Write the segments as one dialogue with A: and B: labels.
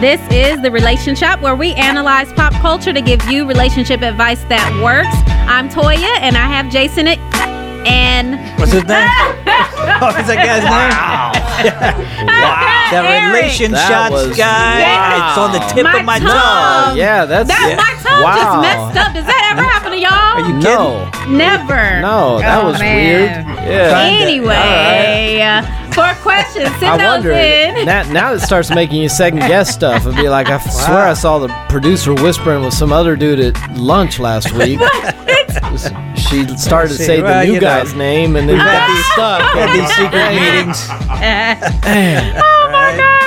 A: This is The Relationship, where we analyze pop culture to give you relationship advice that works. I'm Toya, and I have Jason at, and
B: What's his name? What's that guy's name?
A: Eric.
B: The relation
C: That
B: shots
C: was-
B: guy.
C: Wow.
B: It's on the tip
A: My
B: of my
A: tongue.
B: tongue.
C: Yeah, that's
A: That
C: yeah.
A: my tongue
C: Wow.
A: just messed up. Does that ever happen to y'all?
B: Are you
C: no,
A: Never.
C: no, that
A: Oh,
C: was
A: man.
C: weird. Yeah,
B: Trying to-
A: Anyway, uh, for questions,
C: I
A: send those
C: wonder.
A: in.
C: Now, now it starts making you second guess stuff. It'd be like, I swear I saw the producer whispering with some other dude at lunch last week. she started to
B: See,
C: say
B: well,
C: the
B: you
C: new guy's
B: know.
C: name, and then
B: had
C: got
B: these-
C: stuck.
B: Had these secret meetings.
A: oh my gosh.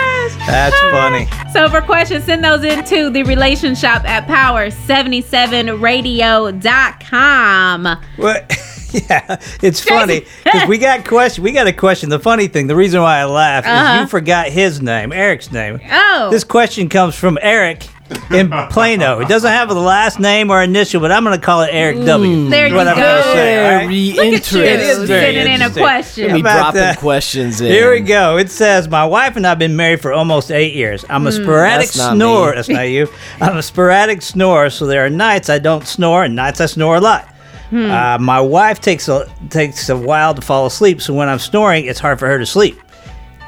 B: That's funny.
A: So for questions, send those in to the relationship at power77radio.com.
B: Well, yeah, it's funny because we got question. We got a question. The funny thing, the reason why I laugh is
A: Uh-huh.
B: you forgot his name, Eric's name.
A: Oh.
B: This question comes from Eric in Plano. It doesn't have a last name or initial, but I'm going to call it Eric W.
A: There you
B: What I'm gonna
A: go.
B: say, all right?
C: Very
A: Look at you
C: interesting.
B: is very
A: sending Mm. in a
B: interesting.
A: question.
C: Let me
B: About
C: drop in
B: that.
C: questions in.
B: Here we go. It says, My wife and I have been married for almost eight years. I'm a sporadic
C: That's not
B: snorer.
C: me.
B: That's not you. I'm a sporadic snorer, so there are nights I don't snore and nights I snore a lot. Uh, my wife takes a, takes a while to fall asleep, so when I'm snoring, it's hard for her to sleep.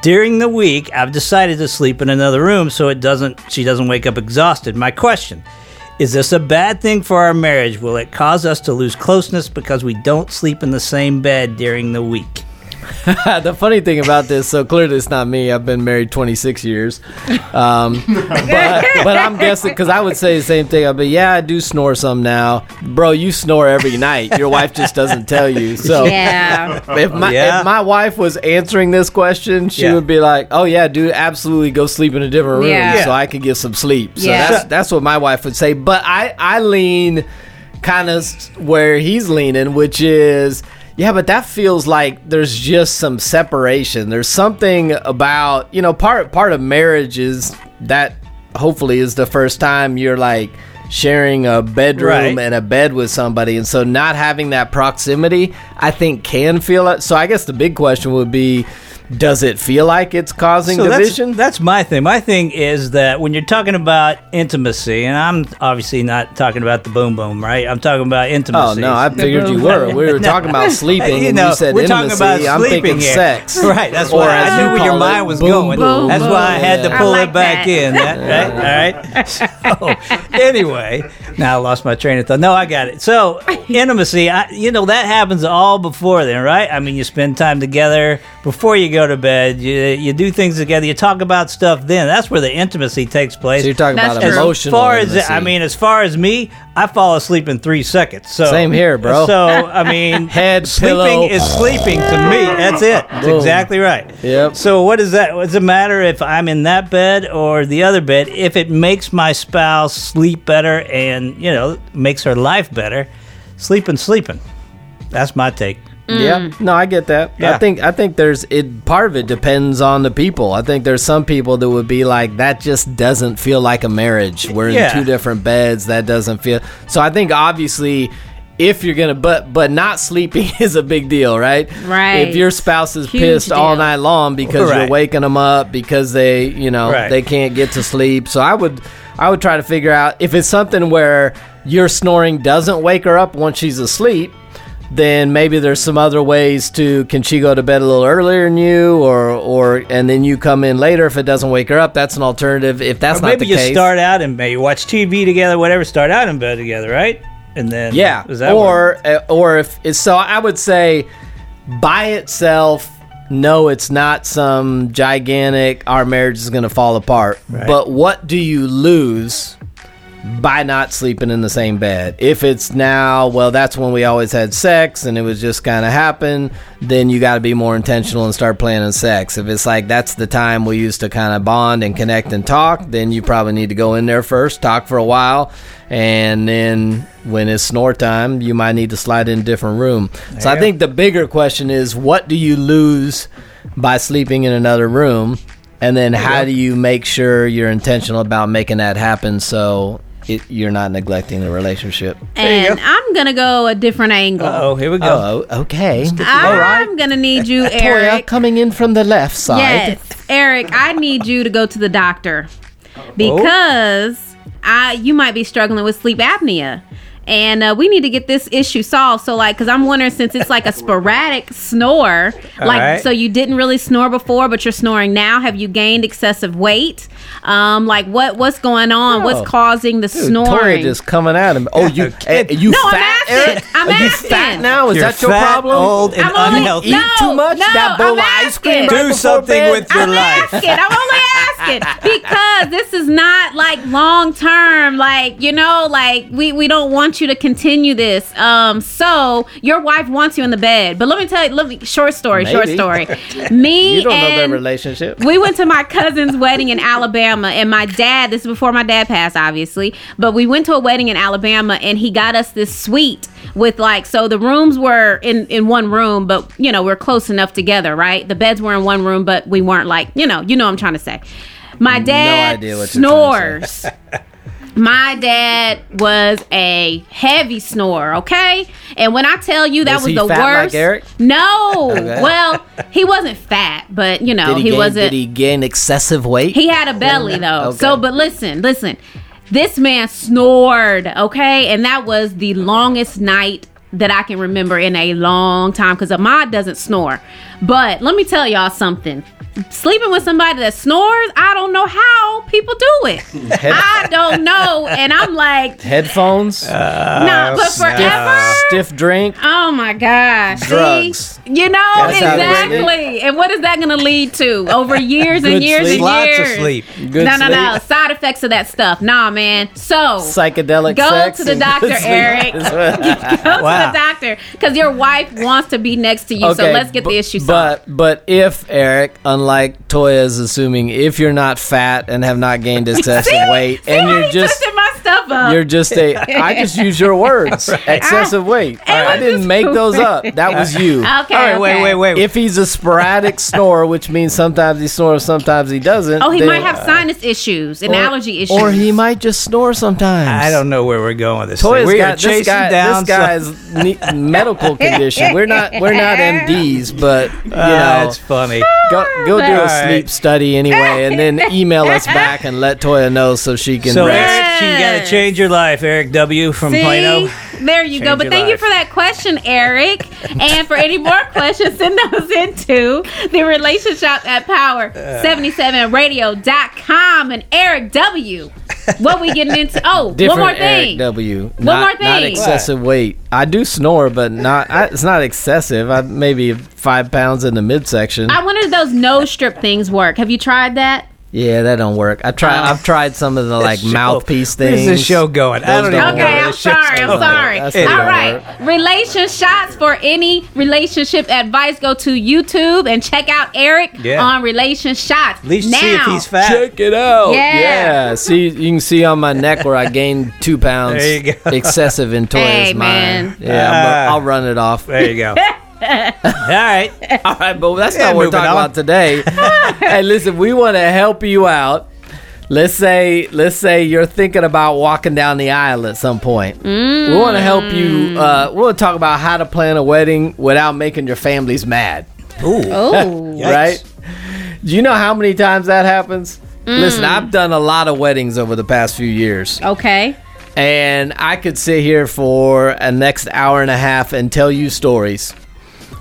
B: During the week, I've decided to sleep in another room so it doesn't she doesn't wake up exhausted. My question is this a bad thing for our marriage? Will it cause us to lose closeness because we don't sleep in the same bed during the week?
C: the funny thing about this, so clearly it's not me. I've been married 26 years, um, but, but I'm guessing because I would say the same thing. I'd be, yeah, I do snore some now, bro. You snore every night. Your wife just doesn't tell you. So
A: Yeah.
C: if my
B: Yeah.
C: if my wife was answering this question, she
B: Yeah.
C: would be like, "Oh yeah, dude, absolutely go sleep in a different room
A: Yeah. Yeah.
C: so I can get some sleep." So
A: Yeah.
C: that's that's what my wife would say. But I I lean kind of where he's leaning, which is yeah, but that feels like there's just some separation. There's something about you know part part of marriage is that hopefully is the first time you're like sharing a bedroom
B: Right.
C: and in a bed with somebody and so not having that proximity i think can feel it so i guess the big question would be does it feel like it's causing division
B: That's, that's my thing. My thing is that when you're talking about intimacy, and I'm obviously not talking about the boom boom, right? I'm talking about
C: Oh
B: intimacy.
C: no! I figured you were. We were talking about sleeping,
B: you
C: and
B: know,
C: you said
B: we're
C: intimacy.
B: talking about
C: I'm
B: sleeping
C: thinking
B: here.
C: sex.
B: Right, that's
C: Or
B: why
C: as
B: I
C: you
B: knew where your
C: call
B: mind
C: it,
B: was
C: boom,
B: going.
C: boom.
B: that's why I had to
A: I
B: pull
A: like
B: it back
A: that.
B: in. That, right, all right. So anyway, now I lost my train of thought. No, I got it. So intimacy, I, you know, that happens all before then, right? I mean, you spend time together before you go to bed. You you do things together. You talk about stuff. Then that's where the intimacy takes place.
C: So you're talking
A: That's
C: about
A: true.
C: emotional.
B: As far as
C: intimacy.
B: I mean, as far as me, I fall asleep in three seconds. So
C: Same here, bro.
B: So I mean,
C: Head,
B: sleeping
C: pillow.
B: is sleeping to me. That's it. That's
C: Boom.
B: exactly right.
C: Yep.
B: So what is that? Does it matter if I'm in that bed or the other bed? If it makes my spouse sleep better and you know makes her life better, sleeping, sleeping. That's my take.
C: Yeah,
A: Mm.
C: no, I get that.
B: Yeah.
C: I think I think there's it. Part of it depends on the people. I think there's some people that would be like that. Just doesn't feel like a marriage. We're
B: Yeah.
C: in two different beds. That doesn't feel. So I think obviously. If you're gonna, but but not sleeping is a big deal, right?
A: Right.
C: If your spouse is
A: Huge
C: pissed all
A: deal.
C: night long because you're
B: Right.
C: waking them up because they, you know,
B: Right.
C: they can't get to sleep, so I would, I would try to figure out if it's something where your snoring doesn't wake her up once she's asleep then maybe there's some other ways to can she go to bed a little earlier than you or or and then you come in later if it doesn't wake her up that's an alternative if that's
B: Or
C: not
B: maybe
C: the
B: you
C: case
B: start out in bed, you watch TV together, whatever. Start out in bed together, right? And then
C: yeah
B: is that what-
C: or uh, or if it's- so i would say by itself no it's not some gigantic our marriage is going to fall apart but what do you lose by not sleeping in the same bed. If it's now, well, that's when we always had sex and it was just kind of happened, then you got to be more intentional and start planning sex. If it's like that's the time we used to kind of bond and connect and talk, then you probably need to go in there first, talk for a while, and then when it's snore time, you might need to slide in a different room. So I think the bigger question is what do you lose by sleeping in another room? And then how do you make sure you're intentional about making that happen so it, you're not neglecting the relationship?
A: and I'm going to go a different angle.
B: Oh, here we go.
C: Oh, okay. All right.
A: I'm going to need you,
C: Toya
A: Eric.
C: coming in from the left side.
A: Yes, Eric, I need you to go to the doctor. because I you might be struggling with sleep apnea. And uh, we need to get this issue solved. So, like, because I'm wondering since it's like a sporadic snore,
B: All
A: like,
B: right.
A: so you didn't really snore before, but you're snoring now. Have you gained excessive weight? Um, like, what what's going on?
C: Oh.
A: What's causing the
C: Dude,
A: snoring?
C: Tori just coming at him. Oh, you
B: kid.
C: eh, you
A: No, I'm
C: fat?
A: asking.
C: Eric?
A: I'm
C: Are you
A: asking.
C: fat now? Is
B: You're
C: that your
B: fat,
C: problem?
B: old, and
A: I'm only-
B: unhealthy.
A: no,
C: Eat too much?
A: no,
C: that bowl
A: I'm
C: of ice
A: asking.
C: cream. right
B: Do
C: before
B: something
C: bed?
B: with your
A: I'm
B: life.
A: asking. I'm only asking because this is not like long term. Like you know, like we we don't want you to continue this. Um, so your wife wants you in the bed, but let me tell you. Let me short story. Short
C: Maybe.
A: story. Me
C: You don't know
A: and
C: their relationship.
A: we went to my cousin's wedding in Alabama, and my dad. This is before my dad passed, obviously, but we went to a wedding in Alabama, and he got us this suite with like so the rooms were in in one room, but you know we're close enough together, right? The beds were in one room, but we weren't like you know you know what I'm trying to say. My dad
C: idea what you're trying
A: snores. My dad was a heavy snorer, okay? And when I tell you that
C: Was
A: was,
C: he
A: the
C: fat like
A: worst.
C: Eric?
A: No.
C: Okay.
A: Well, he wasn't fat, but you know,
C: Did he,
A: he,
C: gain,
A: wasn't
C: Did he gain excessive weight?
A: he had a belly though.
C: Okay.
A: So, but listen, listen. This man snored, okay? And that was the longest night that I can remember in a long time because Ahmad doesn't snore. But let me tell y'all something. Sleeping with somebody that snores, I don't know how people do it. I don't know. And I'm like,
C: Headphones,
B: Uh,
A: nah, but forever.
C: stiff drink.
A: Oh my gosh. See?
C: Drugs.
A: You know,
C: That's how they sleep.
A: exactly. And what is that going to lead to over years and
C: Good
A: years
C: sleep.
A: and
B: Lots of
A: years?
B: sleep.
C: Good
A: no, no, no.
C: sleep.
A: Side effects of that stuff. Nah, man. So
C: Psychedelic
A: Go
C: sex.
A: to the
C: and
A: doctor,
C: sleep.
A: Eric. go
B: Wow.
A: to the doctor because your wife wants to be next to you. so let's get
C: bu-
A: the issue solved.
C: But but if Eric, unlike Toya is assuming, if you're not fat and have not gained excessive weight,
A: See
C: and
A: how
C: you're
A: he
C: just
A: twisted my stuff up.
C: you're just a I just use your words excessive weight. I,
A: was
C: didn't
A: just
C: make those up. That was you.
A: okay.
B: All right, wait,
A: okay.
B: wait, wait.
C: If he's a sporadic snorer, which means sometimes he snores, sometimes he doesn't.
A: Oh, he
C: then-
A: might have sinus issues and
C: or-
A: allergy issues.
C: or he might just snore sometimes.
B: I don't know where we're going with this.
C: Toya's
B: thing. We
C: got
B: are chasing
C: this guy,
B: down
C: this guy's ne- medical condition. We're not we're not MDs, but you know
B: That's Ah, funny.
C: Go, go do a
B: Uh, All right.
C: sleep study anyway, and then email us back and let Toya know so she can.
B: So
C: rest.
B: Eric, you got to change your life, Eric W. from
A: See?
B: Plano.
A: There you go.
B: Change
A: But
B: your
A: thank you
B: life.
A: for that question, Eric. and for any more questions, send those into the relationship at power77radio.com. And Eric W. What we getting into? Oh, one
C: Different
A: more
C: Eric
A: thing.
C: W. not,
A: more
C: Not
A: thing.
C: excessive weight. I do snore, but not. I, it's not excessive. I maybe five pounds in the midsection.
A: I wonder if those nose strip things work. Have you tried that?
C: yeah, that don't work. I try. I've tried some of the like
B: show-
C: mouthpiece
B: where's
C: things.
B: this show going? I
C: Those
B: don't even
C: work.
A: Okay, I'm
B: That shit's
A: sorry. I'm
B: over.
A: sorry.
C: That's
B: it.
A: All right. Relation shots for any relationship advice. Go to YouTube and check out Eric
B: Yeah.
A: on relation shots.
B: At least
A: now.
B: see if he's fat.
C: Check it out.
A: Yeah.
C: yeah. See, you can see on my neck where I gained two pounds
B: There you go.
C: excessive in Toya's
A: Hey,
C: mind.
A: man.
C: Yeah, I'm a-
B: Ah.
C: I'll run it off.
B: There you go. All right.
C: All right, but that's
B: Yeah,
C: not what we're
B: moving
C: talking
B: on.
C: about today. hey, listen, we want to help you out. Let's say, let's say you're thinking about walking down the aisle at some point. We want to help
A: Mm.
C: you. Uh, we want to talk about how to plan a wedding without making your families mad,
B: Ooh.
A: Oh.
B: Yikes.
C: right? Do you know how many times that happens? Listen, I've done a lot of weddings over the past few years.
A: Okay.
C: And I could sit here for a next hour and a half and tell you stories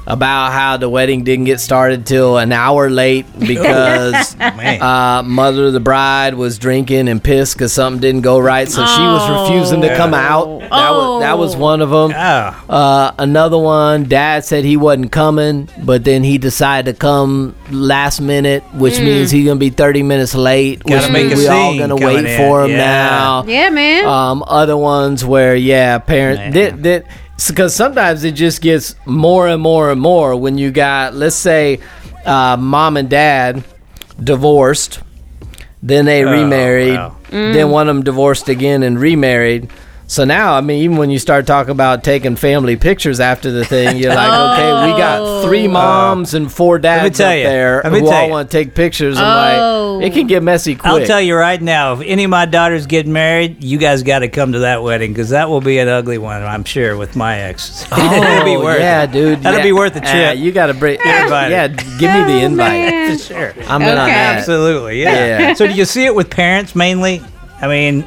C: about how the wedding didn't get started till an hour late because
B: Man.
C: uh, mother of the bride was drinking and pissed because something didn't go right, so she was refusing to come out. That was that was
A: Oh.
C: one of them.
B: Oh.
C: Uh, another one, dad said he wasn't coming, but then he decided to come last minute, which means he's gonna be 30 minutes late,
B: Gotta
C: which
B: make
C: means
B: a
C: we all
B: scene
C: gonna
B: coming
C: wait
B: in.
C: for him
B: Yeah.
C: now.
A: Yeah, man.
C: Um, other ones where yeah,
B: Man.
C: parents that that because sometimes it just gets more and more and more when you got let's say uh, mom and dad divorced, then they remarried,
B: Oh, wow.
A: Mm.
C: then one of them divorced again and remarried. So now, I mean, even when you start talking about taking family pictures after the thing, you're like, okay, we got three
A: Oh.
C: moms and four dads
B: tell
C: up
B: you.
C: there
B: Let me
C: who
B: tell
C: all
B: you.
C: want to take pictures.
A: Oh.
C: I'm like, it can get messy quick.
B: I'll tell you right now, if any of my daughters get married, you guys got to come to that wedding because that will be an ugly one, I'm sure, with my ex.
C: Oh,
B: It'll be worth
C: yeah,
B: it.
C: dude.
B: That'll
C: yeah.
B: be worth a
C: Ah,
B: trip.
C: you got to bring.
B: You're invited.
C: Yeah, give me the
A: Oh,
C: invite.
A: man.
B: sure.
C: I'm in on
A: Okay.
C: that.
B: Absolutely, yeah.
C: Yeah.
B: So do you see it with parents mainly? I mean,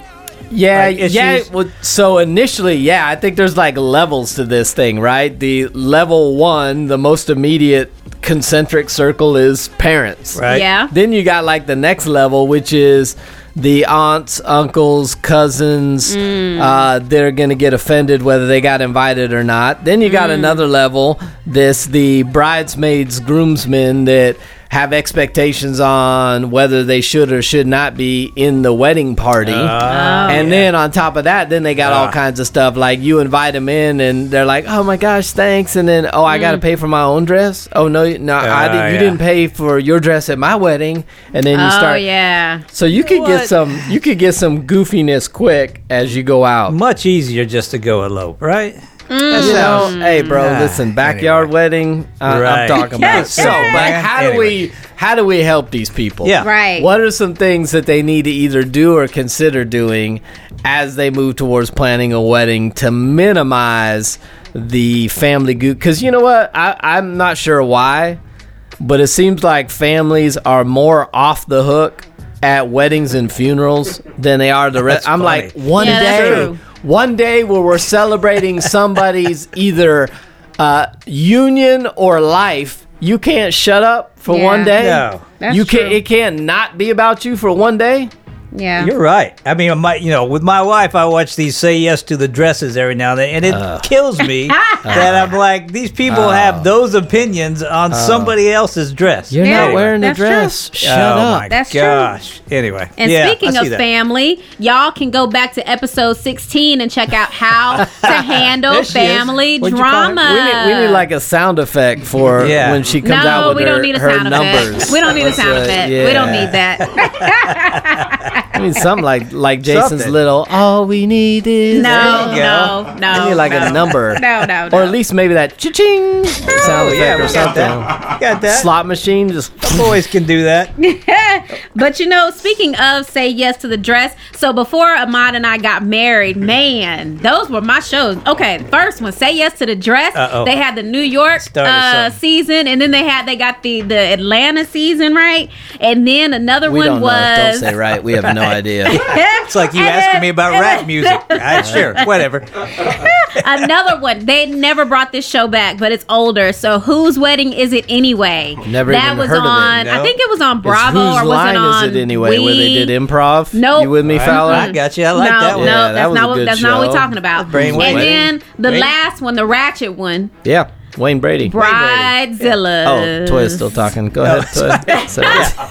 C: Yeah,
B: like,
C: yeah.
B: issues?
C: Well, so initially, yeah, I think there's like levels to this thing, right? The level one, the most immediate concentric circle is parents.
B: Right.
A: Yeah.
C: Then you got like the next level, which is the aunts, uncles, cousins. Uh, they're gonna get offended whether they got invited or not. Then you got another level. This the bridesmaids, groomsmen that have expectations on whether they should or should not be in the wedding party. and then on top of that, then they got all
B: Ah.
C: kinds of stuff like you invite them in, and they're like, "Oh my gosh, thanks!" And then, "Oh, I got to pay for my own dress." Oh no, no, I
B: Ah,
C: did, you
B: yeah.
C: didn't pay for your dress at my wedding, and then you
A: Oh
C: start.
A: yeah.
C: So you could
B: What?
C: get some, you could get some goofiness quick as you go out.
B: much easier just to go elope, right?
C: That's
B: Mm.
C: how- hey, bro,
B: Ah,
C: listen, backyard
B: anyway.
C: wedding, uh,
B: Right.
C: I'm talking about. So, like, how do
B: Anyway.
C: we, how do we help these people?
B: Yeah.
A: Right.
C: What are some things that they need to either do or consider doing as they move towards planning a wedding to minimize the family goo? Because you know what? I, I'm not sure why, but it seems like families are more off the hook at weddings and funerals than they are the rest.
B: That's
C: I'm
B: funny.
C: like, one
A: Yeah, that's
C: day,
A: true.
C: one day where we're celebrating somebody's either uh, union or life. You can't shut up for
A: Yeah.
C: one day.
B: No.
A: That's
C: you can't.
A: true.
C: It can't not be about you for one day.
A: Yeah.
B: You're right. I mean, my, you know, with my wife, I watch these say yes to the dresses every now and then, and it
C: Uh.
B: kills me that I'm like, these people have those opinions on somebody else's dress.
C: Uh. You're
A: Yeah,
B: Anyway.
C: not wearing a
A: that's true.
C: dress. Shut
B: oh
C: up.
B: My
A: That's true.
B: gosh. Anyway.
A: And
B: yeah,
A: speaking
B: I
A: of
B: see that.
A: family, y'all can go back to episode 16 and check out how to handle
C: There she is.
A: family
B: What'd you call it?
A: drama.
C: We need, we need like a sound effect for
B: Yeah.
C: when she comes out
A: no,
C: with
A: we
C: her,
A: don't need a
C: her
A: sound
C: numbers.
A: effect. We don't need a
C: That's
A: sound
C: right.
A: effect. We don't
C: Yeah.
A: need that.
C: I mean, something like like Jason's
B: Something.
C: little. All we need is
A: No,
B: There you go.
A: no, no.
C: I need like
A: no.
C: a number.
A: No, no, no.
C: Or at least maybe that cha-ching sound
B: Oh,
C: effect
B: yeah,
C: or
B: we got
C: something.
B: that. Got that.
C: Slot machine just.
B: Boys can do that.
A: But you know, speaking of say yes to the dress, so before Ahmad and I got married, man, those were my shows. Okay, the first one, say yes to the dress.
B: Uh-oh.
A: They had the New York
B: Started
A: uh,
B: something.
A: season, and then they had they got the the Atlanta season, right? And then another
C: We
A: one
C: don't
A: was
C: know. Don't say right. We have no idea.
B: It's like you
A: And
B: asking
A: then-
B: me about
A: and
B: rap
A: then-
B: music. I, sure, whatever.
A: another one. They never brought this show back, but it's older. So whose wedding is it anyway?
C: Never
A: that
C: even
A: was
C: heard of it,
A: on. I
B: no.
A: think it was on Bravo
C: It's
A: or was
C: whose line
A: it on?
C: is it anyway? Where they
A: Wii?
C: did improv?
A: Nope.
C: You with me,
B: I-
C: Fowler?
B: I got you. I like
A: no,
B: that one.
A: no,
C: Yeah, that
A: that's
C: was a
A: not what
C: good
A: that's not what
C: show.
A: we're talking about.
B: Brain
A: and
B: Wayne.
A: then the
B: Brain-
A: last one, the Ratchet one,
C: Yeah, Wayne Brady.
A: Bridezilla.
C: Oh, Toy's still talking. Go ahead, Toy. So-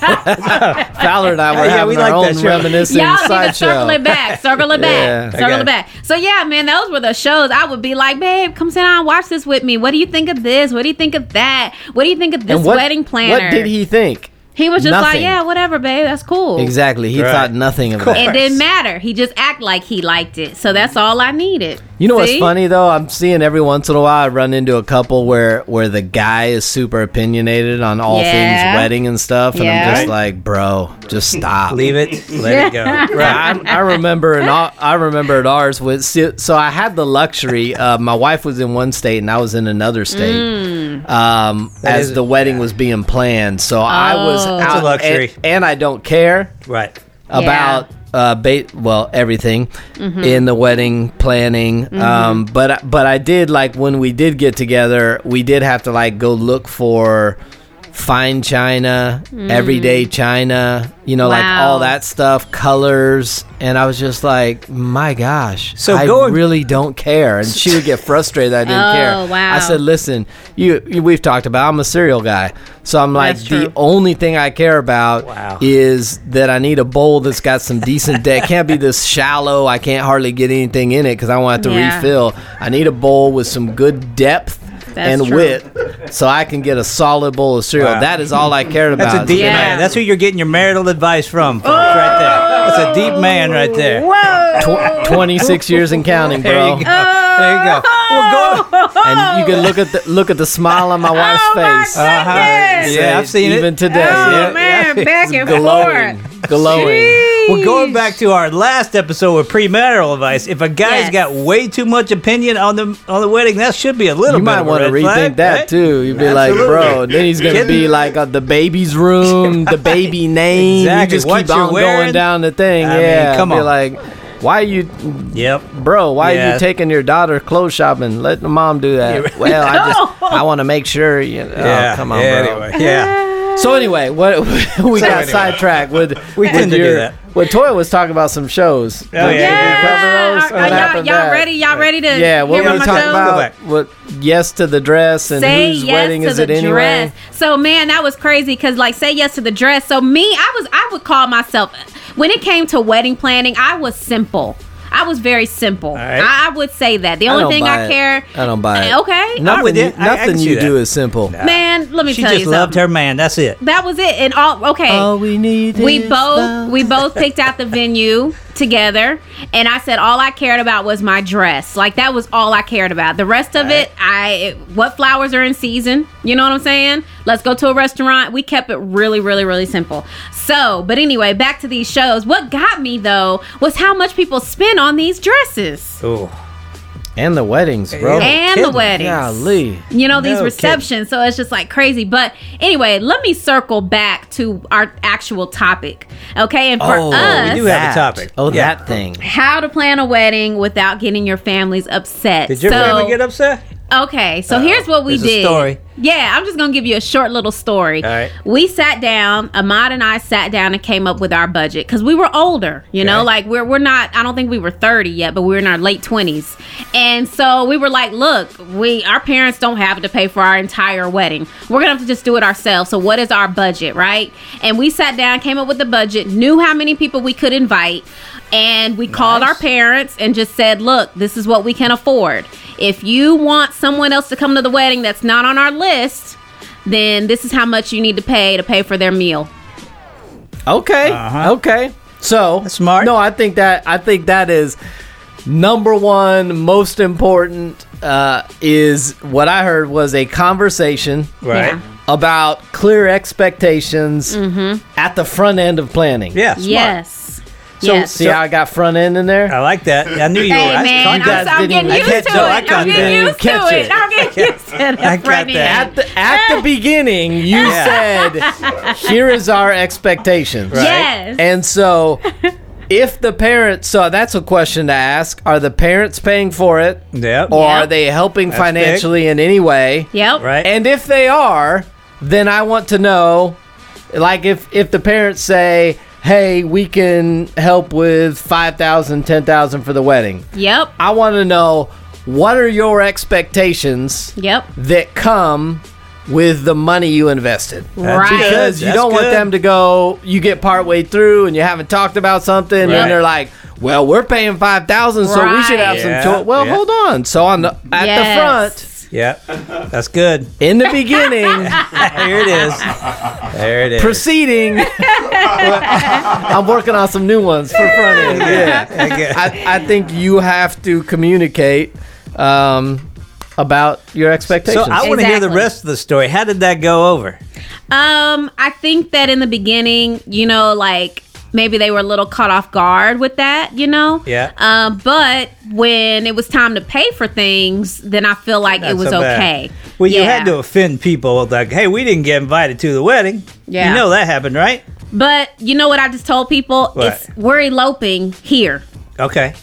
C: Fowler and I were
B: Oh, Yeah,
C: having
B: we like
C: our
B: that
C: own
B: show.
C: reminiscing
A: Y'all need to circle
C: sideshow.
A: it back, circle it back,
C: Yeah.
A: circle
B: Okay.
A: it back. So yeah, man, those were the shows. I would be like, babe, come sit down, watch this with me. What do you think of this? What do you think of that? What do you think of this
C: And what,
A: wedding planner?
C: What did he think?
A: He was just like,
C: Nothing.
A: yeah, whatever, babe, that's cool.
C: Exactly. He
B: Right.
C: thought nothing of
B: Cool.
C: that.
A: It didn't matter. He just act like he liked it. So that's all I needed.
C: You know what's
A: See?
C: funny though? I'm seeing every once in a while I run into a couple where where the guy is super opinionated on all
A: Yeah.
C: things wedding and stuff, and
A: Yeah.
C: I'm just
B: Right.
C: like, bro, just stop.
B: Leave it. Let it go. Right.
C: I, I remember and I remember at ours was so I had the luxury. Uh, my wife was in one state and I was in another state
B: Mm.
C: um,
B: That
C: as
B: is-
C: the wedding was being planned. So I was
A: Oh.
C: out
A: That's
B: a luxury.
C: and, and I don't care
B: Right.
C: about uh, ba- well everything
A: Mm-hmm.
C: in the wedding planning. Um, but I- but I did like when we did get together, we did have to like go look for fine china, everyday china, you know, like
A: Mm. Wow.
C: all that stuff, colors, and I was just like, my gosh,
B: So
C: so I
B: going-
C: really don't care. And she would get frustrated that I didn't
A: Oh,
C: care.
A: wow.
C: I said, listen, you, you we've talked about I'm a cereal guy, so I'm like
A: That's true.
C: the only thing I care about
B: Wow.
C: is that I need a bowl that's got some decent depth. Can't be this shallow. I can't hardly get anything in it because I want to have to
A: Yeah.
C: refill. I need a bowl with some good depth
A: That's
C: and
A: true.
C: width so I can get a solid bowl of cereal.
B: Wow.
C: That is all I cared about.
B: That's a deep
A: Yeah.
B: man. That's who you're getting your marital advice from, folks, right there.
A: Oh.
B: That's a deep man right there.
C: Tw- 26 years and counting,
B: There
C: bro.
B: you go. There you go. Well, go.
C: And you can look at the look at the smile on my wife's
A: Oh, my
C: face.
A: God.
B: Uh-huh.
A: Yes.
B: Yeah, I've seen
C: even
B: it.
C: today.
A: Oh
B: Yeah,
A: man,
B: yeah.
A: back and
C: glowing,
A: forth.
C: glowing.
B: Well, going back to our last episode with premarital advice, if a
A: Yes.
B: guy's got way too much opinion on the on the wedding, that should be a little.
C: You might
B: want to
C: rethink that too. You'd be like, bro, then he's gonna be like uh, the baby's room, the baby name.
B: Exactly.
C: You just
B: What
C: keep
B: you're
C: on
B: wearing.
C: going down the thing.
B: I mean,
C: yeah,
B: come
C: be
B: on.
C: like, why are you,
B: Yep.
C: bro? Why are
B: Yeah.
C: you taking your daughter clothes shopping? Let the mom do that. Well, I just I want to make sure. You know,
B: Yeah.
C: oh, come on,
B: yeah,
C: bro.
B: Anyway. Yeah.
C: So anyway, what we got
B: anyway.
C: sidetracked with
B: We
C: with
B: tend to do
C: your-
B: that. Oh,
C: Well, Toy was talking about some shows.
B: yeah.
C: Did we
A: Yeah.
C: cover those?
A: Are-
C: What
A: are y'all,
C: happened
A: y'all
C: there?
A: ready? Y'all ready to
C: Yeah, what
A: hear
C: were
A: about
C: we
A: my
C: talking
A: shows?
B: Go back.
C: about? What yes to the dress and
A: say
C: whose
A: yes
C: wedding
A: to
C: is
A: the
C: it anyway?
A: dress. So man, that was crazy because like say yes to the dress. So me, I was I would call myself when it came to wedding planning, I was simple. I was very simple.
B: right.
A: I, I would say that the
C: I
A: only
C: don't
A: thing
C: buy
A: I
C: it.
A: care.
C: I don't buy it.
A: Okay, Oh,
B: I would
C: Nothing, you,
B: do- I- I can
C: nothing
B: see
C: you do
B: that.
C: is simple.
A: man. Let me
B: She
A: tell
B: just
A: you
B: loved
A: something.
B: her man. That's it.
A: That was it, and all okay.
C: All we need
A: we
C: is
A: both
C: love.
A: we both picked out the venue together and i said all i cared about was my dress like that was all i cared about the rest of it i it- what flowers are in season you know what i'm saying let's go to a restaurant we kept it really really really simple so but anyway back to these shows what got me though was how much people spend on these dresses
B: Ooh.
C: and the weddings, bro.
B: Yeah.
A: and
B: kidding.
A: the weddings
C: Golly.
A: you know these
B: No
A: receptions so it's just like crazy but anyway let me circle back to our actual topic okay and for
C: Oh, we
A: us
B: We do have a topic.
C: Oh,
B: Yeah.
C: that thing.
A: how to plan a wedding without getting your families upset.
B: Did your
A: so,
B: family get upset?
A: Okay, so here's what we
B: There's a
A: did.
B: story.
A: Yeah, I'm just gonna give you a short little story.
B: All right.
A: We sat down. Ahmad and I sat down and came up with our budget because we were older. You know,
B: Okay.
A: like we're we're not. I don't think we were 30 yet, but we were in our late 20s, and so we were like, look, we our parents don't have to pay for our entire wedding. We're gonna have to just do it ourselves. So what is our budget, right? And we sat down, came up with the budget, knew how many people we could invite. And we called our parents and just said, look, this is what we can afford. If you want someone else to come to the wedding that's not on our list, then this is how much you need to pay to pay for their meal.
C: Okay.
B: Uh-huh.
C: Okay. So
B: That's smart.
C: No, I think that I think that is number one, most important uh, is what I heard was a conversation
B: Right.
A: Yeah.
C: about clear expectations
A: Mm-hmm.
C: at the front end of planning.
B: Yeah. smart.
A: Yes.
B: So-
A: yes.
C: See how I got front end in there?
B: I like that. I knew you were.
A: Hey
B: I
A: man,
B: caught
A: I'm,
C: guys
A: so,
B: that.
A: I'm
C: didn't
A: getting
C: even
A: used to it. I'm
B: catch it. I caught
A: getting
B: that.
A: used to
C: Catch
A: it.
C: it.
A: I'm getting used to it.
B: I caught
A: Freddie.
B: that.
C: at the at the beginning, you said, "Here is our expectations."
B: Right.
A: Yes.
C: And so, if the parents, so that's a question to ask: Are the parents paying for it,
B: Yep.
C: or
A: Yeah.
C: are they helping
B: big.
C: financially in any way?
A: yep.
B: Right.
C: And if they are, then I want to know, like, if if the parents say. Hey, we can help with 5,000, 10,000 for the wedding.
A: Yep.
C: I want to know what are your expectations?
A: Yep.
C: that come with the money you invested.
A: Right.
C: Because you
B: That's
C: don't want
B: good.
C: them to go, you get partway through and you haven't talked about something,
B: Right.
C: and they're like, well, we're paying 5000 so we should have
B: Right.
C: some
B: Yeah,
C: choice. Well,
B: yeah.
C: hold on. So on the, at
A: Yes.
C: the front,
B: Yeah. That's good.
C: in the beginning,
B: Here it is. There it is.
C: proceeding, I'm working on some new ones for front end. Yeah.
B: Okay.
C: I, I think you have to communicate um, about your
B: So
C: expectations.
B: I want to hear the
A: Exactly.
B: rest of the story. How did that go over?
A: Um, I think that in the beginning, you know, like maybe they were a little caught off guard with that, you know.
B: Yeah.
A: Um, but when it was time to pay for things, then I feel like it
B: Not
A: was
B: so bad.
A: okay.
B: Well, you
A: Yeah.
B: had to offend people. Like, hey, we didn't get invited to the wedding.
A: Yeah.
B: You know that happened, right?
A: But you know what I just told people?
B: What?
A: It's we're eloping here.
B: Okay.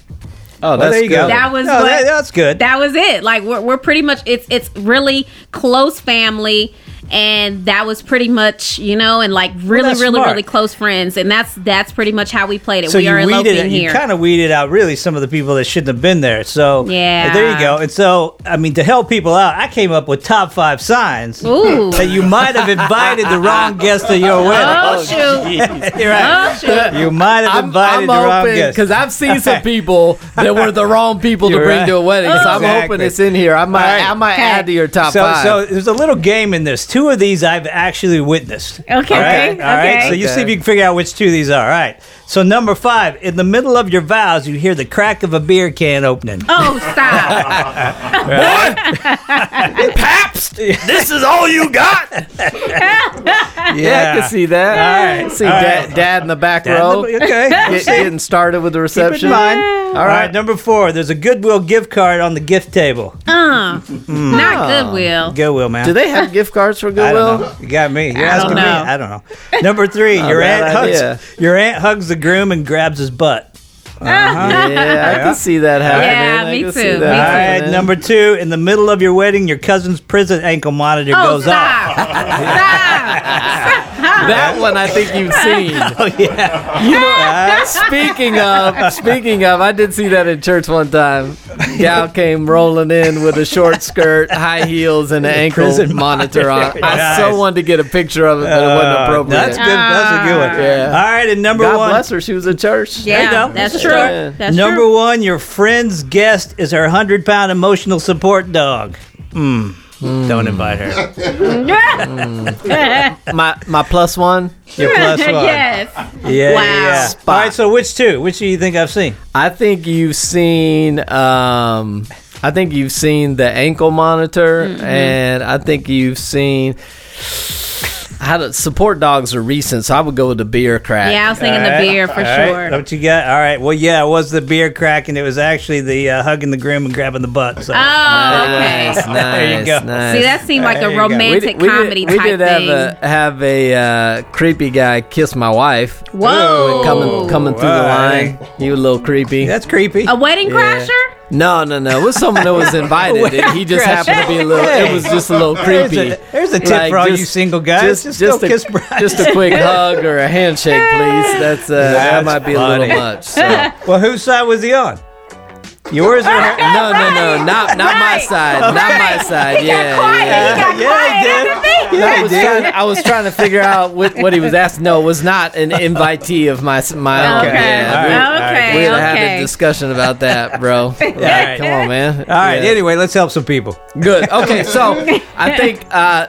C: oh, that's
B: Well, there you go.
C: good.
A: That was
B: no,
A: what-
B: that- that's good.
A: That was it. Like we're we're pretty much it's it's really close family. And that was pretty much, you know, and like really,
B: that's
A: really,
B: smart.
A: really close friends, and that's that's pretty much how we played it.
B: so
A: we
B: you
A: are eloping
B: weeded it,
A: here.
B: you kind of weeded out really some of the people that shouldn't have been there. So uh,
A: Yeah.
B: there you go. And so I mean, to help people out, I came up with top five signs
A: Ooh,
B: that you might have invited the wrong guest to your wedding.
A: oh shoot!
B: You're right.
A: Oh, shoot.
B: You might have
C: I'm,
B: invited
C: I'm
B: the wrong
C: hoping
B: guest.
C: because I've seen some people that were the wrong people to
B: You're
C: bring
B: right.
C: to a wedding. So I'm
B: Exactly.
C: hoping it's in here. I might,
B: All right.
C: I might
A: Okay.
C: add to your top
B: so,
C: five.
B: so there's a little game in this two of these I've actually witnessed.
A: Okay,
B: All right.
A: okay,
B: All right.
A: okay.
B: So you see if
C: Okay.
B: you can figure out which two of these are. All right. So number five, in the middle of your vows, you hear the crack of a beer can opening.
A: Oh, stop.
C: Paps, this is all you got. yeah, I
B: Yeah.
C: can see that.
B: All right,
C: See
B: all
C: da-
B: right.
C: dad in the back
B: Dad in
C: row.
B: the- okay.
C: Get- getting started with the
B: Keep it in
C: reception.
B: mind.
C: All
B: All
C: right.
B: right. Number four, there's a Goodwill gift card on the gift table.
A: Uh, not Goodwill.
B: Goodwill, man.
C: Do they have gift cards for
B: I don't
C: Goodwill?
B: know. You got me. You're
A: I
B: asking
A: don't
B: me.
A: know.
B: I don't know. Number three, your
C: bad
B: aunt hugs
C: idea.
B: your aunt hugs the groom and grabs his butt.
A: Uh-huh.
C: Yeah, I can see that
A: Yeah,
C: happening. I
A: me
C: can
A: too,
C: see
A: me
C: that
A: too.
B: All right,
C: happening.
B: number two, in the middle of your wedding, your cousin's prison ankle monitor
A: Oh,
B: goes off.
A: stop. Stop.
C: That one I think you've seen.
B: Oh yeah.
C: speaking of, speaking of, I did see that in church one time. Gal came rolling in with a short skirt, high heels, and an ankle
B: Prison
C: monitor on. I
B: Nice.
C: so wanted to get a picture of it, but it wasn't
B: Uh,
C: appropriate.
B: That's good. That's a good one.
C: Yeah.
B: All right, and number
C: God
B: one,
C: bless her. She was in church.
B: you
A: Yeah,
B: go.
A: that's true.
C: Yeah.
A: That's
B: number
A: true.
B: one, your friend's guest is her hundred pound emotional support dog. Mm.
C: Hmm.
B: Don't invite her.
C: My my plus one.
B: Your plus one.
A: yes.
B: Yeah,
A: Wow.
B: yeah.
C: Spot.
B: All right, so which two? Which do you think I've seen?
C: I think you've seen. Um, I think you've seen the ankle monitor,
A: Mm-hmm.
C: and I think you've seen. How do, support dogs are recent, so I would go with the beer crack.
A: Yeah, I was thinking the beer for
B: All right,
A: sure.
B: What you got? All right. Well, yeah, it was the beer crack, and it was actually the uh, hugging the groom and grabbing the butt. So.
A: Oh, okay.
C: Nice, nice,
B: There you go.
C: nice.
A: See, that seemed like
B: There
A: a
B: you go. We did-
A: romantic comedy
C: we
A: type
C: did have
A: thing.
C: a have a uh, creepy guy kiss my wife
A: Whoa.
C: coming coming through the
B: Whoa.
C: line. He was a little creepy.
B: That's creepy.
A: a wedding
C: Yeah.
A: crasher?
C: No, no, no. It was someone that was invited. and he just happened to be a little. It was just a little
B: There's
C: creepy.
B: a, there's a tip
C: Like,
B: for all
C: just-
B: you single guys. Just, go
C: a,
B: kiss Brian.
C: just a quick hug or a handshake, please. That's uh,
B: That's
C: that might be a
B: funny.
C: little much. So. No,
B: well, whose side was he on? Yours or her?
C: no, no, not not my
A: Right.
C: side, not my side.
A: He
C: Yeah,
A: got quiet.
C: yeah.
A: He got
B: Yeah, he
A: quiet
B: did.
A: after me.
B: Yeah,
C: I
B: he
C: was,
B: did.
C: trying, I was trying to figure out what, what he was asking. No, it was not an invitee of my my own.
A: Okay.
C: Yeah, we-
B: All right.
A: Okay.
C: we had
A: okay.
C: a discussion about that, bro. Like,
B: right.
C: Come on, man.
B: All right. Anyway, let's help some people.
C: Good. Okay, so I think uh,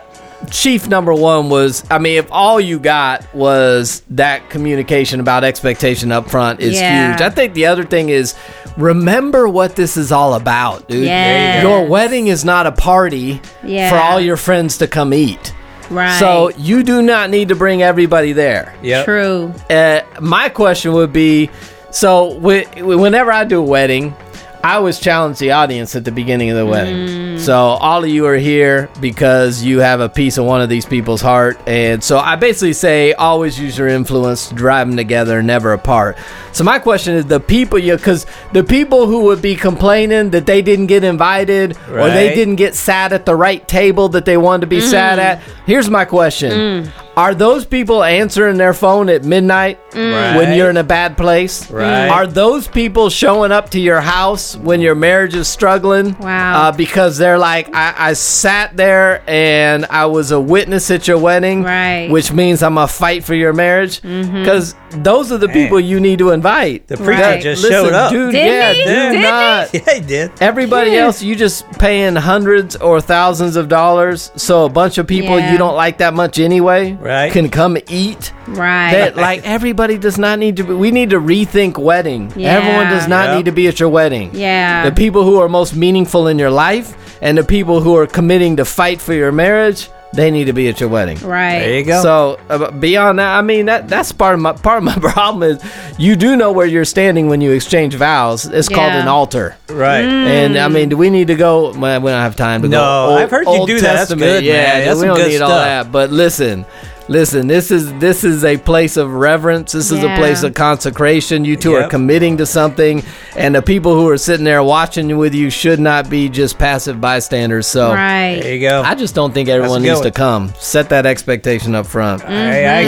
C: chief number one was I mean, if all you got was that communication about expectation up front is
A: Yeah.
C: huge. I think the other thing is remember what this is all about, dude.
A: There you go.
C: Your wedding is not a party
A: Yeah.
C: for all your friends to come eat.
A: right.
C: So you do not need to bring everybody there.
B: Yep.
A: true.
C: Uh, my question would be so whe- whenever I do a wedding, I always challenge the audience at the beginning of the wedding. So all of you are here because you have a piece of one of these people's heart. And so I basically say always use your influence to drive them together, never apart. So my question is the people you, because the people who would be complaining that they didn't get invited or they
B: Right.
C: didn't get sat at the right table that they wanted to be sat
A: Mm.
C: at. Here's my question. Are those people answering their phone at midnight when
A: Mm.
B: Right.
C: you're in a bad place?
B: Right.
C: Are those people showing up to your house when your marriage is struggling?
A: Wow.
C: Uh, because they're like, I, I sat there and I was a witness at your wedding,
A: Right. Mm-hmm.
C: which means I'm a fight for your marriage. Because those are the people you need to invite.
B: The preacher
A: Right.
B: just
C: Listen,
B: showed up.
C: Dude,
A: Didn't
C: yeah,
A: he?
C: do
B: Didn't he?
C: not.
B: Yeah, he did.
C: Everybody else, you just paying hundreds or thousands of dollars, so a bunch of people
A: Yeah.
C: you don't like that much anyway
B: Right.
C: can come eat.
A: Right.
C: That like everybody does not need to. Be, we need to rethink wedding.
A: Yeah.
C: Everyone does not
B: Yep.
C: need to be at your wedding.
A: Yeah.
C: the people who are most meaningful in your life and the people who are committing to fight for your marriage, they need to be at your wedding.
A: right.
B: There you go.
C: So uh, beyond that, I mean that that's part of my part of my problem is you do know where you're standing when you exchange vows. It's called
A: Yeah.
C: an altar.
B: right.
A: Mm.
C: And I mean, do we need to go? well, We don't have time to go.
B: Hmm. No, I've heard you do that. That's good,
C: yeah,
B: man. That's
C: we
B: some
C: don't
B: good
C: need all
B: stuff.
C: that. But listen, listen. This is this is a place of reverence. This is a
A: Yeah.
C: place of consecration. You two are
B: Yep.
C: committing to something, and the people who are sitting there watching with you should not be just passive bystanders. So.
B: There
A: Right.
B: you go.
C: I just don't think everyone
B: a good
C: needs to
B: one.
C: come. Set that expectation up front.
B: I, I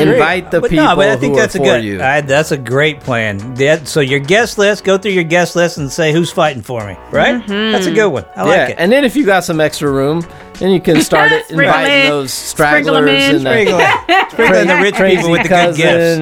B: agree.
C: Invite the
B: but
C: people
B: No, but I think
C: who are
B: that's
C: for
B: a good.
C: you.
B: I, that's a great plan. That, so your guest list, go through your
A: Mm-hmm.
B: guest list and say who's fighting for me. Right? That's a good one. I like it.
C: And then if you got some extra room, Then you can start it
A: Sprinkle
C: inviting
A: in.
C: those
A: Sprinkle 'em
C: stragglers
A: in.
C: and the
B: Sprinkle it. Sprinkle in the rich people with the good
C: uh, cousin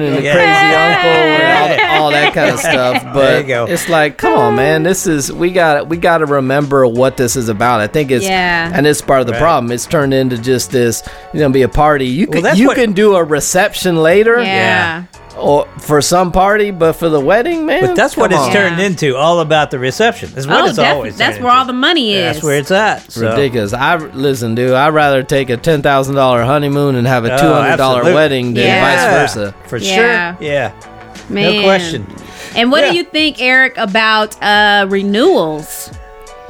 B: gifts.
C: and the
B: Yeah.
C: crazy uncle and all, all that kind of stuff. But
B: There you go.
C: it's like, come on, man, this is we got we got to remember what this is about. I think it's
A: Yeah.
C: and it's part of the
B: Right.
C: problem. It's turned into just this. You know, be a party. You can
B: that's
C: you
B: what-
C: can do a reception later,
A: Yeah.
C: or for some party, but for the wedding, man.
B: But that's what
C: come
B: it's
C: on.
B: turned
A: Yeah.
B: into. All about the reception. That's what
A: Oh,
B: it's
A: definitely.
B: always.
A: That's
B: turned
A: where all
B: into.
A: the money is.
B: That's where it's at. So.
C: Ridiculous! I listen, dude. I'd rather take a ten thousand dollar honeymoon and have a
B: Oh,
C: two hundred dollar
B: absolutely.
C: wedding than
A: Yeah.
C: vice versa.
B: For
A: Yeah.
B: sure. Yeah.
A: Man.
B: No question.
A: And what
B: Yeah.
A: do you think, Eric, about uh, renewals?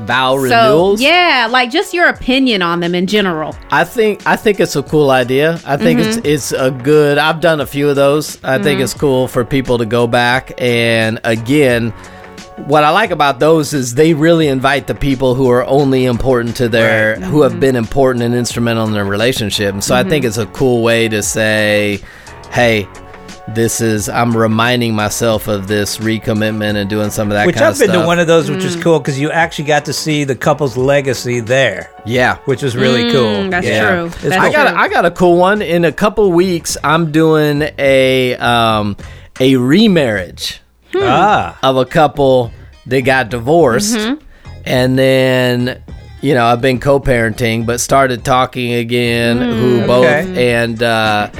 C: Vow renewals.
A: So, yeah, like just your opinion on them in general.
C: I think I think it's a cool idea. I think it's it's a good. I've done a few of those. I think it's cool for people to go back and again. What I like about those is they really invite the people who are only important to their who have been important and instrumental in their relationship. And so I think it's a cool way to say, "Hey, this is I'm reminding myself of this recommitment and doing some of that
B: Which
C: kind
B: I've
C: of
B: been
C: stuff."
B: to one of those, which is
A: Mm.
B: cool because you actually got to see the couple's legacy there,
C: yeah,
B: which was really cool.
A: Mm, that's
B: Yeah.
A: true.
B: It's
A: That's
B: cool.
C: I got
A: true.
C: a, I got a cool one. In a couple weeks, I'm doing a um, a remarriage
A: hmm.
B: Ah,
C: of a couple that got divorced,
A: Mm-hmm.
C: and then you know I've been co-parenting, but started talking again.
A: Mm.
C: Who both
B: Okay.
C: and uh,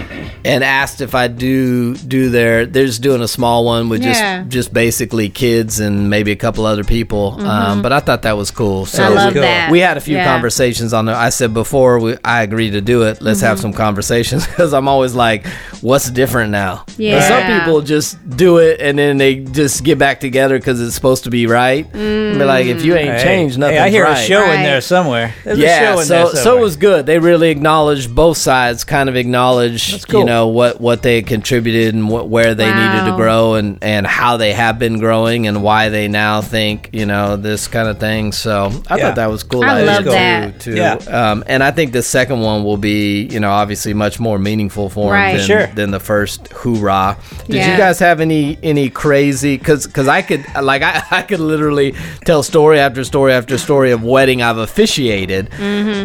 C: and asked if I do do their. They're just doing a small one with
A: Yeah.
C: just just basically kids and maybe a couple other people. Um, but I thought that was cool. So
A: Mm-hmm. I love
B: cool.
A: that.
C: we had a few
A: Yeah.
C: conversations on there. I said before we, I agreed to do it, let's have
A: Mm-hmm.
C: some conversations because I'm always like, what's different now?
A: Yeah.
C: But some people just do it and then they just get back together because it's supposed to be right. Be like, if you ain't
B: Hey,
C: changed,
B: hey,
C: nothing.
B: I hear
C: right.
B: a show in
A: Right.
B: there somewhere. There's a
C: Yeah,
B: show in
C: so
B: there
C: so it
B: somewhere.
C: was good. They really acknowledged both sides, kind of acknowledged
B: cool.
C: you know what what they contributed and what, where they needed to
A: Wow.
C: grow and and how they have been growing and why they now think you know this kind of thing. So I
B: Yeah.
C: thought that was cool.
A: I
C: idea
A: love
C: too-
A: that.
C: too.
B: Yeah.
C: um, and I think the second one will be you know obviously much more meaningful for 'em
A: Right.
C: than,
B: Sure.
C: than the first hoorah. Did you
A: Yeah.
C: guys have any any crazy? Because because I could like I, I could literally tell story after story after story of wedding I've officiated,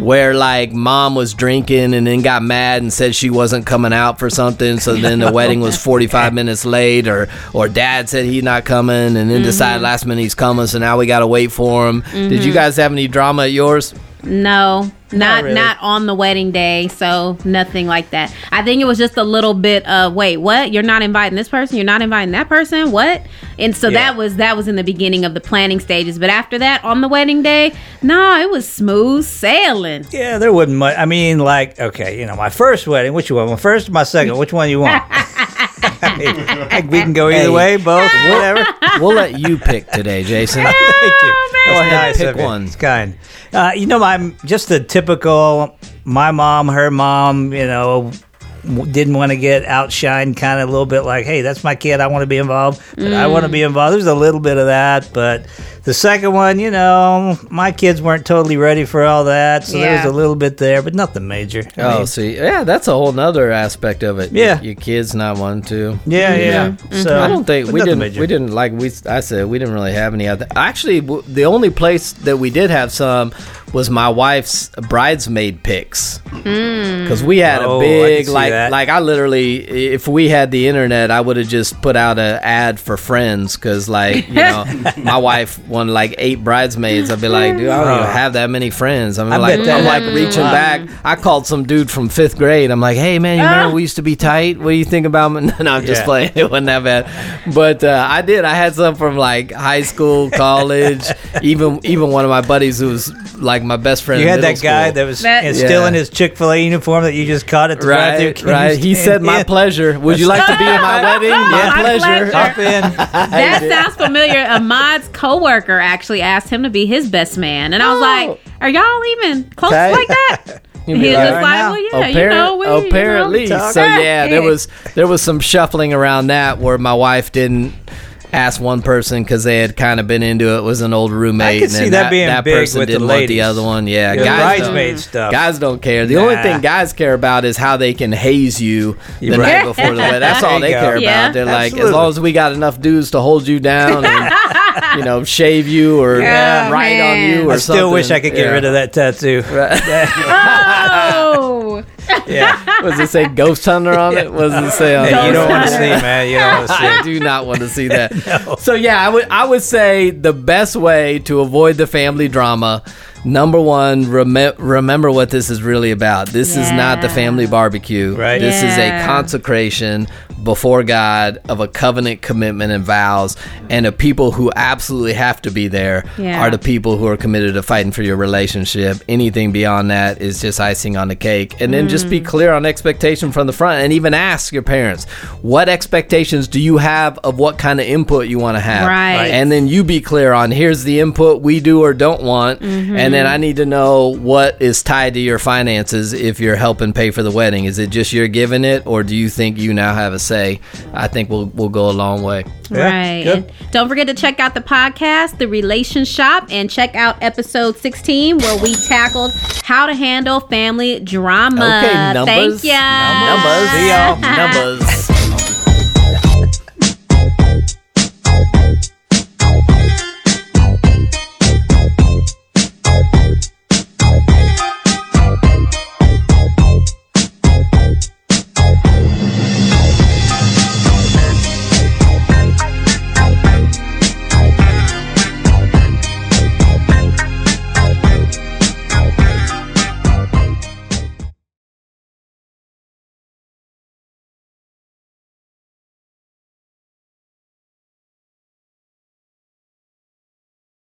C: where like mom was drinking and then got mad and said she wasn't coming out for something, so then the wedding was forty five minutes late, or or dad said he's not coming and then decided last minute he's coming, so now we gotta wait for him. Did you guys have any drama at yours?
A: No, not
B: really.
A: not on the wedding day, so nothing like that. I think it was just a little bit of wait, what? You're not inviting this person, you're not inviting that person, what? And so
B: Yeah.
A: that was that was in the beginning of the planning stages, but after that on the wedding day, no, it was smooth sailing.
B: Yeah, there wasn't much. I mean, like, okay, you know, my first wedding. Which you want? My first, or my second. Which one you want? I mean, like, we can go either
C: Hey.
B: way, both, whatever.
C: We'll let you pick today, Jason.
B: Thank you.
A: man.
B: That's
C: Go ahead,
B: nice
C: pick
B: of you.
C: one.
B: It's kind. Uh, you know, I'm just the typical my mom, her mom. You know, w- didn't want to get outshined, kind of a little bit like, hey, that's my kid. I want to be involved. But I want to be involved. There's a little bit of that, but the second one, you know, my kids weren't totally ready for all that, so there
A: Yeah.
B: was a little bit there, but nothing major. I
C: Oh,
B: mean,
C: see, yeah, that's a whole nother aspect of it.
B: Yeah.
C: your, your kids not wanting to.
B: Yeah, yeah. So
C: I don't think
B: but
C: we
B: nothing
C: didn't.
B: major.
C: We didn't like we. I said we didn't really have any other. Actually, w- the only place that we did have some was my wife's bridesmaid picks because we had
B: Oh, I
C: a
B: can
C: big
B: see
C: like
B: that.
C: like I literally if we had the internet I would have just put out an ad for friends because like you know my wife won like eight bridesmaids I'd be like dude I don't even have that many friends I mean
B: I
C: like
B: bet that
C: I'm like
B: happens a
C: reaching
B: lot.
C: back I called some dude from fifth grade I'm like hey man you remember we used to be tight what do you think about me no I'm just
B: Yeah.
C: playing it wasn't that bad but uh, I did I had some from like high school college even even one of my buddies who was like my best friend
B: You
C: in
B: had
C: middle
B: that guy
C: school.
B: that was
A: That-
B: is still in
C: Yeah.
B: his Chick Fil A uniform that you just caught at the drive-thru.
C: Right,
B: Can you
C: right. He
B: stand
C: said, "My
B: in?
C: pleasure. Would you like to be at my wedding?
A: My pleasure.
B: Hop in.
A: That sounds familiar. Ahmad's coworker actually asked him to be his best man, and I was
C: Oh.
A: like, "Are y'all even close
C: Okay.
A: like that?"
C: You'd
A: He
C: be
A: was
C: like,
A: just like,
B: now.
A: "Well, yeah,
C: Appar-
A: you know, we you know, Ah,
C: apparently." so yeah, there was there was some shuffling around that where my wife didn't ask one person because they had kind of been into it. Was an old roommate.
B: I could see
C: and then
B: that being
C: that
B: big
C: person
B: with the
C: didn't want the
B: ladies.
C: other one. Yeah,
B: Yeah,
C: guys don't-
B: bridesmaid stuff.
C: Guys don't care. The only
B: Nah.
C: thing guys care about is how they can haze you the
B: You're
C: night
B: right.
C: before the wedding. That's all
B: There
C: they
B: you go.
C: care
A: Yeah.
C: about. They're like, as
B: Absolutely.
C: long as we got enough dudes to hold you down. And, you know, shave you or
A: Yeah,
C: write
A: man.
C: on you or
B: I still wish I could get rid of that tattoo.
A: Oh,
B: Yeah.
C: Was it say ghost hunter on it? Was it say on
B: Hey, you don't want to
A: Ghost
B: see, man. You don't want to see.
C: I do not want to see that. So yeah, I would I would say the best way to avoid the family drama. Number one, rem- remember what this is really about. This is not the
A: Yeah.
C: family barbecue.
B: Right.
C: This is a
A: Yeah.
C: consecration before God of a covenant commitment and vows, and the people who absolutely have to be there
A: Yeah.
C: are the people who are committed to fighting for your relationship. Anything beyond that is just icing on the cake. And then just be clear on expectation from the front and even ask your parents, what expectations do you have of what kind of input you want to have?
A: Right.
C: And then you be clear on here's the input we do or don't want. And then I need to know what is tied to your finances if you're helping pay for the wedding. Is it just you're giving it or do you think you now have a say? I think we'll we'll go a long way.
B: Yeah,
A: right.
B: good.
A: And don't forget to check out the podcast, The Relation Shop, and check out episode 16 where we tackled how to handle family drama.
C: Okay, numbers.
A: Thank you.
C: Numbers.
B: See y'all.
C: Numbers.